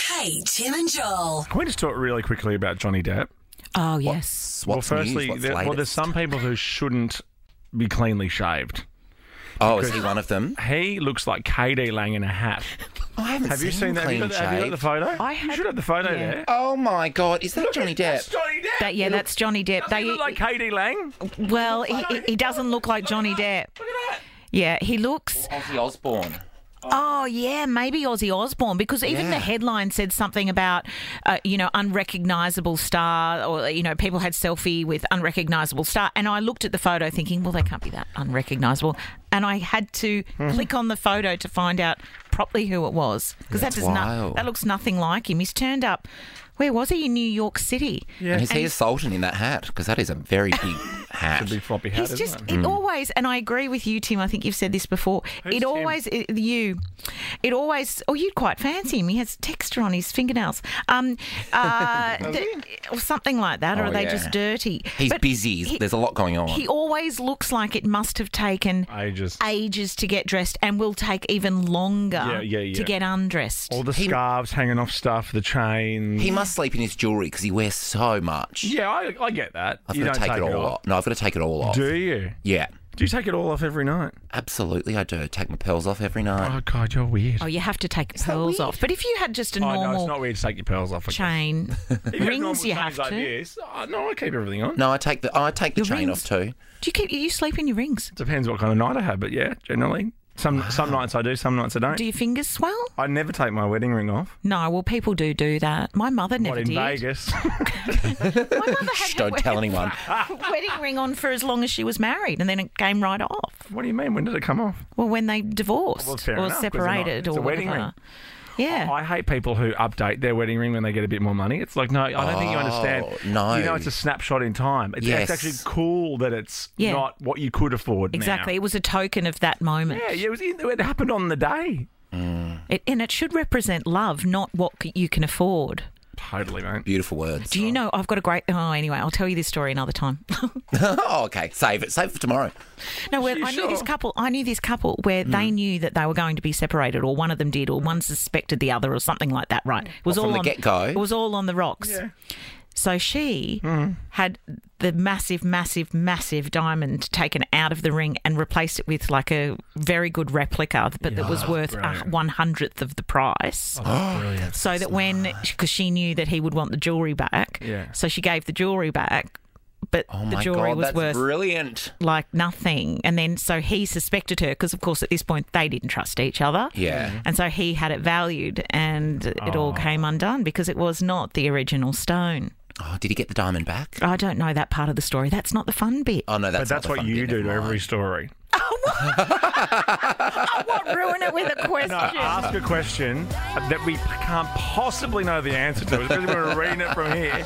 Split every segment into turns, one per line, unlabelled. Hey, Tim and Joel.
Can we just talk really quickly about Johnny Depp?
Oh, yes.
well,
What's
firstly,
news? What's
there- well, there's
latest?
some people who shouldn't be cleanly shaved.
Oh, is he one of them?
He looks like KD Lang in a hat.
I haven't
Have you
seen
seen that? Have you
Clean
got, have you got the
Shaved.
photo?
I
you
had-
should have the photo
yeah.
there.
Oh my God, is that Johnny
That's
Depp?
Johnny Depp.
That, yeah, that's Johnny Depp.
Doesn't he look like KD Lang?
Oh,
Look
well, he, he- he doesn't look like Johnny
at that.
Depp.
Look at that.
Yeah, he looks.
Ozzy Osbourne.
Oh, yeah, maybe Ozzy Osbourne because even the headline said something about, uh, you know, unrecognizable star or you know people had selfie with unrecognizable star, and I looked at the photo thinking, well, they can't be that unrecognizable, and I had to
Hmm.
click on the photo to find out properly who it was because that
That's
does not
wild.
that looks nothing like him. He's turned up. Where was he in New York City?
And is he a sultan in that hat? Because that is a very big hat.
Should be floppy hat,
He's
isn't
just
it?
Hmm.
it always, and I agree with you, Tim. I think you've said this before.
Who's
it
Tim?
always it, you, it always. Oh, you'd quite fancy him. He has texture on his fingernails, um, uh, th- or something like that. or
Oh,
are they
yeah.
just dirty?
He's
But
busy.
he-
There's a lot going on.
He always looks like it must have taken
Ages.
ages to get dressed, and will take even longer
Yeah, yeah, yeah.
to get undressed.
All the scarves hanging off stuff, the chains.
he must sleep in his jewellery because he wears so much.
yeah, I, I get that.
I've
you
got
don't
to take, it all off. No, I've got to take it all off.
Do you?
Yeah,
Do you take it all off every night?
absolutely. I do. Take my pearls off every night.
Oh God, you're weird.
oh, you have to take pearls off. But if you had just
Oh,
a
no, it's
normal
not weird to take your pearls off. I guess.
chain,
If you have
rings
normal
you
chains
have
like
to.
This, oh, no, I keep everything on.
No, I take the I take the
Your
chain
rings.
off too.
Do you keep you sleep in your rings?
Depends what kind of night I have, but yeah, generally. Some some nights I do, some nights I don't.
Do your fingers swell?
I never take my wedding ring off.
No, well, people do do that. My mother never
What in
did.
Vegas?
My mother had
Shh, don't tell anyone.
wedding ring on for as long as she was married, and then it came right off.
what do you mean? When did it come off?
Well, when they divorced
Well, fair
or
enough, 'cause they're not-
separated
it's
or
a wedding
whatever.
ring. Oh,
Yeah.
I hate people who update their wedding ring when they get a bit more money. It's like, no, I don't think you
Oh,
understand.
no.
You know, it's a snapshot in time. It's,
Yes.
it's actually cool that it's
Yeah.
not what you could afford now.
Exactly. It was a token of that moment.
Yeah, yeah, it, was, in- it happened on the day.
It, and it should represent love, not what c- you can afford.
Totally, mate.
Beautiful words.
Do you know I've got a great. Oh, anyway, I'll tell you this story another time.
oh, okay. Save it. Save it for tomorrow.
No, well,
You
I knew this
sure?
couple. I knew this couple where
Mm.
they knew that they were going to be separated, or one of them did, or one suspected the other, or something like that. Right? It was
Well, from
all
the
on
get-go.
It was all on the rocks. So she
Mm.
had the massive, massive, massive diamond taken out of the ring and replaced it with like a very good replica, but that was worth a
brilliant.
one hundredth of the price
Oh,
Brilliant.
so that when because she knew that he would want the jewelry back,
Yeah.
so she gave the jewelry back, but
Oh
the
my
jewelry
God,
was
that's
worth
brilliant.
like nothing, and then so he suspected her because of course at this point they didn't trust each other,
Yeah.
and so he had it valued, and it all came undone because it was not the original stone.
Oh, did he get the diamond back?
I don't know that part of the story. That's not the fun bit.
Oh no,
But
that's
that's
not the
what
fun
you
bit,
do to
never
every
mind.
story.
What ruin it with a question?
No, ask a question that we can't possibly know the answer to, especially when we're reading it from here.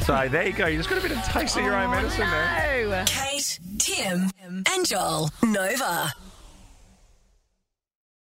So there you go. You just got a bit of taste of your own medicine there.
No.
Kate, Tim, and Joel. Nova.